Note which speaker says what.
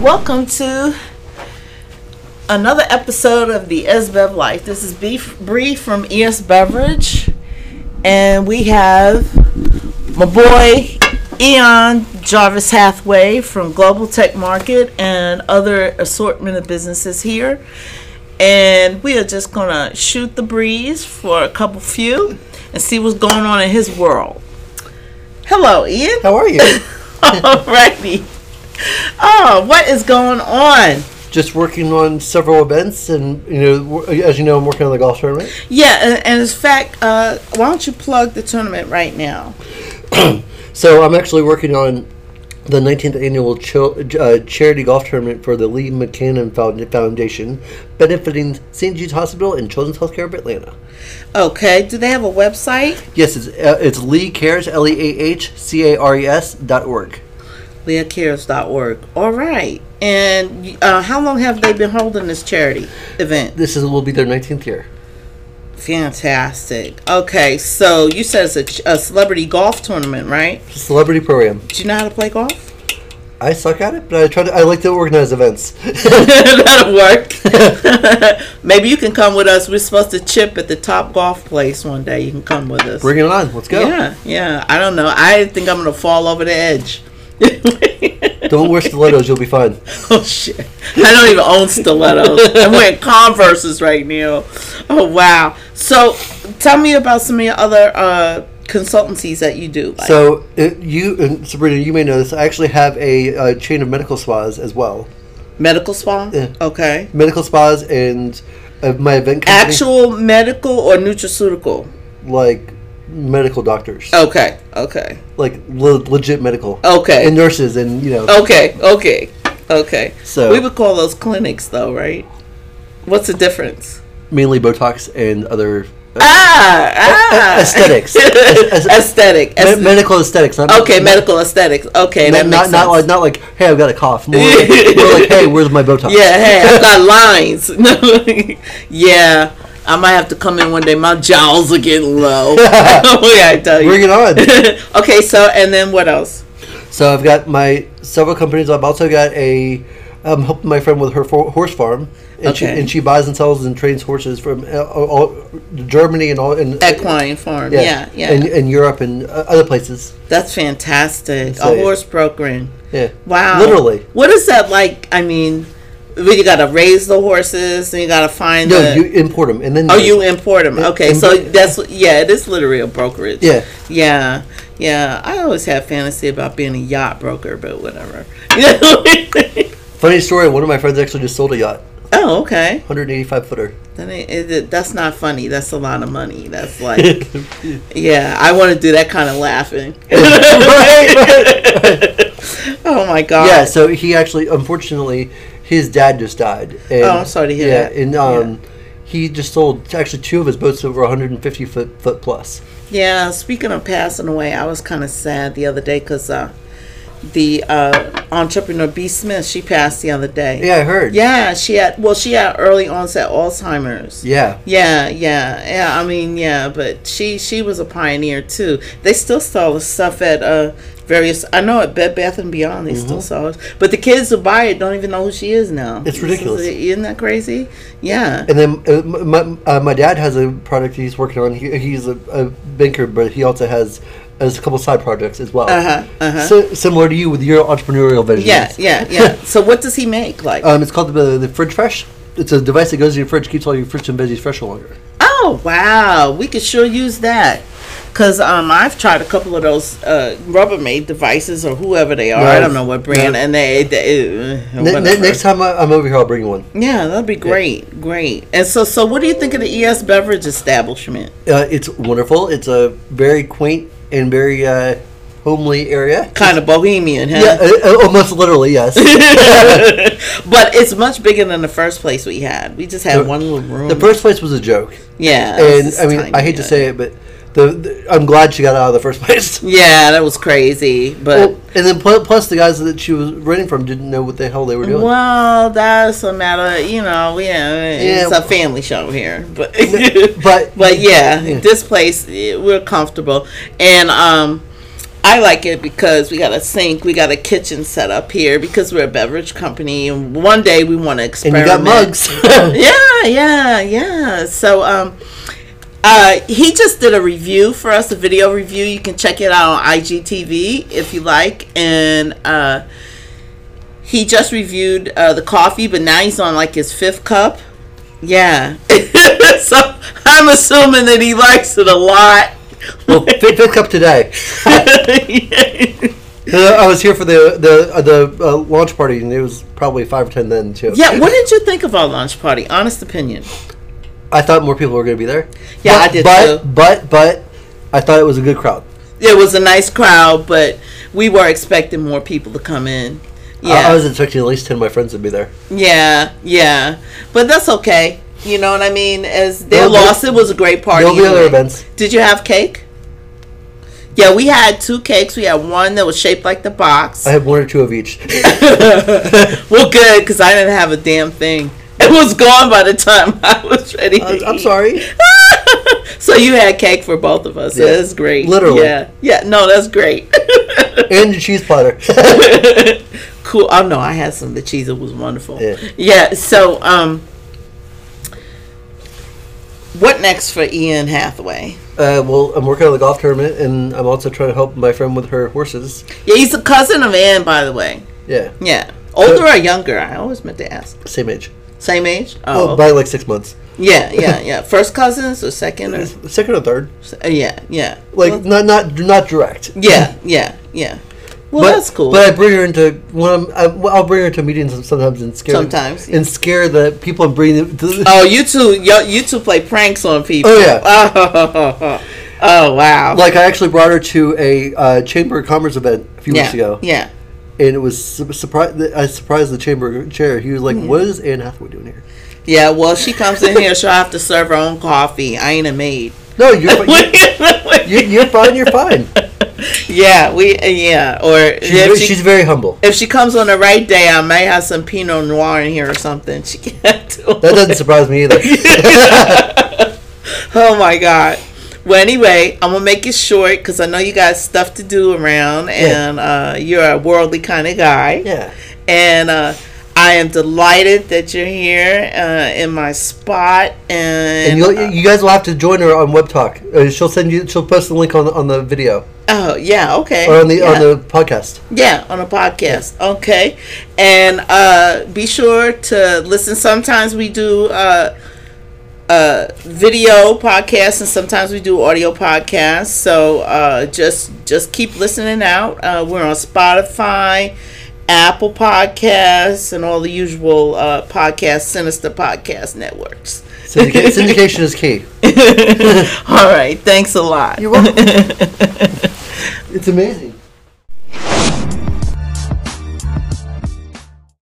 Speaker 1: welcome to another episode of the ESBEV Life. This is B- Bree from ES Beverage, and we have my boy Eon Jarvis Hathaway from Global Tech Market and other assortment of businesses here. And we are just gonna shoot the breeze for a couple few and see what's going on in his world. Hello, Ian.
Speaker 2: How are you?
Speaker 1: Alrighty. Oh, what is going on?
Speaker 2: Just working on several events, and you know, w- as you know, I'm working on the golf tournament.
Speaker 1: Yeah, and, and in fact, uh, why don't you plug the tournament right now?
Speaker 2: So I'm actually working on the 19th annual chil- uh, charity golf tournament for the Lee McCannon Found- Foundation, benefiting St. Jude's Hospital and Children's Healthcare of Atlanta.
Speaker 1: Okay, do they have a website?
Speaker 2: Yes, it's uh, it's Lee Cares L E A H C A R E S dot org.
Speaker 1: LeahCares.org. All right. And uh, how long have they been holding this charity event?
Speaker 2: This is will be their 19th year.
Speaker 1: Fantastic. Okay, so you said it's a, ch- a celebrity golf tournament, right?
Speaker 2: Celebrity program.
Speaker 1: Do you know how to play golf?
Speaker 2: I suck at it, but I try to. I like to organize events.
Speaker 1: That'll work. Maybe you can come with us. We're supposed to chip at the top golf place one day. You can come with us.
Speaker 2: Bring it on. Let's go.
Speaker 1: Yeah, yeah. I don't know. I think I'm gonna fall over the edge.
Speaker 2: Don't wear stilettos. You'll be fine.
Speaker 1: oh shit! I don't even own stilettos. I'm wearing Converse's right now. Oh wow! So, tell me about some of your other uh, consultancies that you do. Like,
Speaker 2: So it, you and Sabrina, you may know this. I actually have a, uh chain of medical spas as well.
Speaker 1: medical spa.
Speaker 2: Yeah. Mm-hmm.
Speaker 1: Okay.
Speaker 2: Medical spas and uh, my event company,
Speaker 1: Actual medical or nutraceutical?
Speaker 2: like medical doctors,
Speaker 1: Okay. Okay.
Speaker 2: like le- legit medical,
Speaker 1: Okay.
Speaker 2: and nurses, and you know,
Speaker 1: Okay, okay, okay.
Speaker 2: So-
Speaker 1: we would call those clinics, though, right? What's the difference?
Speaker 2: mainly Botox and other uh,
Speaker 1: Ah, ah.
Speaker 2: aesthetics, Aes- aes-
Speaker 1: aesthetic.
Speaker 2: me-
Speaker 1: aes-
Speaker 2: medical aesthetics. Not,
Speaker 1: okay,
Speaker 2: not-
Speaker 1: medical aesthetics. Okay,
Speaker 2: Not,
Speaker 1: that makes
Speaker 2: not,
Speaker 1: sense.
Speaker 2: not like not like hey I've got a cough. More like, more like hey where's my Botox?
Speaker 1: yeah, hey, I've got lines. No, yeah, I might have to come in one day. My jowls are getting low. What I tell you.
Speaker 2: Bring it on.
Speaker 1: okay, so and then what else?
Speaker 2: So I've got my several companies. I've also got a I'm helping my friend with her for, horse farm, and she
Speaker 1: Okay.
Speaker 2: and she buys and sells and trains horses from uh, all, Germany and all and
Speaker 1: Equine farm. Yeah, yeah.
Speaker 2: and, and Europe and uh, other places.
Speaker 1: That's fantastic.
Speaker 2: So-
Speaker 1: a horse program.
Speaker 2: Yeah,
Speaker 1: Wow.
Speaker 2: literally.
Speaker 1: What is that like? I mean, when you gotta raise the horses and you gotta find
Speaker 2: No,
Speaker 1: the.
Speaker 2: you import them and then
Speaker 1: oh, you import them. Okay, so
Speaker 2: import-
Speaker 1: that's yeah. It is literally a brokerage.
Speaker 2: yeah.
Speaker 1: Yeah. Yeah. I always had fantasy about being a yacht broker, but whatever.
Speaker 2: Funny story. One of my friends actually just sold a yacht,
Speaker 1: oh, okay.
Speaker 2: 185 footer.
Speaker 1: That ain't, it- it, that's not funny. That's a lot of money. That's like, yeah. I want to do that kind of laughing. oh my god.
Speaker 2: Yeah, so he actually, unfortunately, his dad just died. And,
Speaker 1: Oh, I'm sorry to hear
Speaker 2: yeah,
Speaker 1: that.
Speaker 2: and um, he just sold actually two of his boats over 150 foot foot plus.
Speaker 1: Yeah, speaking of passing away, I was kind of sad the other day because uh, the uh, entrepreneur B. Smith she passed the other day.
Speaker 2: Yeah, I heard.
Speaker 1: yeah, she had well, she had early onset Alzheimer's.
Speaker 2: Yeah.
Speaker 1: yeah, yeah, yeah. I mean, yeah, but she she was a pioneer too. They still sell the stuff at uh, various. I know at Bed Bath and Beyond they still sell it, but the kids who buy it don't even know who she is now.
Speaker 2: Mm-hmm. It's ridiculous.
Speaker 1: Isn't that crazy? Yeah.
Speaker 2: And then uh, my, uh, my dad has a product he's working on. He, he's a, a banker, but he also has, has a couple side projects as well.
Speaker 1: Uh-huh, uh-huh.
Speaker 2: Si- similar to you with your entrepreneurial vision.
Speaker 1: Yeah, yeah, yeah. So what does he make? Like,
Speaker 2: Um, it's called the, the Fridge Fresh. It's a device that goes in your fridge, keeps all your fruits and veggies fresh longer.
Speaker 1: Oh wow, we could sure use that. Cause um, I've tried a couple of those uh, Rubbermaid devices or whoever they are. I
Speaker 2: Nice.
Speaker 1: don't know what brand,
Speaker 2: Yeah.
Speaker 1: and they. they uh,
Speaker 2: Ne- ne-
Speaker 1: whatever.
Speaker 2: next time I, I'm over here, I'll bring you one.
Speaker 1: yeah, that'd be great, great. And so, so what do you think of the ES beverage establishment?
Speaker 2: Uh, it's wonderful. It's a very quaint and very uh, homely area.
Speaker 1: Kind of bohemian, huh?
Speaker 2: Yeah, uh, uh, almost literally, yes.
Speaker 1: But it's much bigger than the first place we had. We just had one little room.
Speaker 2: the first place was a joke.
Speaker 1: yeah, it was
Speaker 2: and
Speaker 1: just
Speaker 2: I mean,
Speaker 1: Oh, tiny,
Speaker 2: I hate to
Speaker 1: yeah.
Speaker 2: say it, but the, the I'm glad she got out of the first place.
Speaker 1: Yeah, that was crazy, but.
Speaker 2: Well, and then pl- plus the guys that she was renting from didn't know what the hell they were doing.
Speaker 1: Well, that's a matter. You know, yeah, it's
Speaker 2: Yeah.
Speaker 1: a family show here, but
Speaker 2: but
Speaker 1: but yeah, this place eh, we're comfortable, and um, I like it because we got a sink, we got a kitchen set up here because we're a beverage company, and one day we want to
Speaker 2: And you
Speaker 1: experiment.
Speaker 2: got mugs.
Speaker 1: yeah, yeah, yeah. So um, uh, he just did a review for us, a video review. You can check it out on IGTV if you like, and uh, he just reviewed uh, the coffee, but now he's on like his fifth cup. Yeah, so I'm assuming that he likes it a lot.
Speaker 2: well, fifth, fifth cup today. Uh, I was here for the the uh, the uh, launch party, and it was probably five or ten then too.
Speaker 1: Yeah, what did you think of our launch party? Honest opinion.
Speaker 2: I thought more people were going to be there.
Speaker 1: Yeah,
Speaker 2: but,
Speaker 1: I did
Speaker 2: but,
Speaker 1: too.
Speaker 2: But but I thought it was a good crowd.
Speaker 1: It was a nice crowd, but we were expecting more people to come in.
Speaker 2: Yeah.
Speaker 1: Yeah,
Speaker 2: I, Oh, was expecting at least ten of my friends to be there.
Speaker 1: yeah, yeah. But that's okay. You know what I mean? As their
Speaker 2: There'll be-
Speaker 1: loss, it was a great party.
Speaker 2: There'll be other
Speaker 1: anyway.
Speaker 2: events.
Speaker 1: Did you have cake? Yeah, we had two cakes. We had one that was shaped like the box.
Speaker 2: I had one or two of each.
Speaker 1: well, good because I didn't have a damn thing. It was gone by the time I was ready. to
Speaker 2: I'm, I'm
Speaker 1: eat.
Speaker 2: sorry.
Speaker 1: So you had cake for both of us.
Speaker 2: Yeah.
Speaker 1: That's great.
Speaker 2: Literally.
Speaker 1: Yeah. Yeah. No, that's great.
Speaker 2: and the cheese platter.
Speaker 1: cool. Oh no, I had some of the cheese. It was wonderful.
Speaker 2: Yeah.
Speaker 1: Yeah. so, um, what next for Ian Hathaway?
Speaker 2: uh, well, I'm working on the golf tournament, and I'm also trying to help my friend with her horses.
Speaker 1: Yeah, he's a cousin of Ann, by the way.
Speaker 2: Yeah,
Speaker 1: Yeah, older or younger? I always meant to ask.
Speaker 2: same age.
Speaker 1: Same age?
Speaker 2: Oh,
Speaker 1: Oh,
Speaker 2: by like six months.
Speaker 1: yeah, yeah, yeah. First cousins or second or?
Speaker 2: Second or third,
Speaker 1: uh, Yeah, yeah.
Speaker 2: like
Speaker 1: Well,
Speaker 2: not not not direct.
Speaker 1: yeah, yeah, yeah. Well,
Speaker 2: but,
Speaker 1: that's cool.
Speaker 2: But I bring her into when I'm, I, well, I'll bring her to meetings sometimes and scare
Speaker 1: Sometimes,
Speaker 2: and scare the people and bring them. To,
Speaker 1: oh, you two, yo, you two play pranks on people.
Speaker 2: Oh, yeah.
Speaker 1: Oh, oh wow.
Speaker 2: Like I actually brought her to a uh, chamber of commerce event a few
Speaker 1: yeah,
Speaker 2: weeks ago,
Speaker 1: yeah.
Speaker 2: and it was su- surprised. I surprised the chamber chair. He was like, "What is Anne Hathaway doing here?"
Speaker 1: Yeah, well, she comes in here, she'll have to serve her own coffee. I ain't a maid.
Speaker 2: No, you're fi- you, you- you're fine. You're fine.
Speaker 1: yeah, we yeah. Or
Speaker 2: She's,
Speaker 1: if
Speaker 2: very,
Speaker 1: she
Speaker 2: she's very humble.
Speaker 1: if she comes on the right day, I may have some Pinot Noir in here or something. She can't do
Speaker 2: That
Speaker 1: it.
Speaker 2: doesn't surprise me either.
Speaker 1: Oh my god. Well, anyway, I'm gonna make it short because I know you got stuff to do around, and uh, you're a worldly kind of guy.
Speaker 2: yeah.
Speaker 1: and uh, I am delighted that you're here uh, in my spot. And,
Speaker 2: And you'll, you guys will have to join her on Web Talk. Uh, she'll send you. She'll post the link on the, on the video
Speaker 1: oh yeah, okay,
Speaker 2: or on the
Speaker 1: yeah.
Speaker 2: on the podcast.
Speaker 1: Yeah, on a podcast. Okay. And uh be sure to listen. Sometimes we do uh uh video podcasts and sometimes we do audio podcasts. So uh just just keep listening out. Uh we're on Spotify, Apple Podcasts, and all the usual uh podcast Sinister Podcast networks.
Speaker 2: Syndica- syndication is key.
Speaker 1: all right. Thanks a lot.
Speaker 2: You're welcome. it's amazing.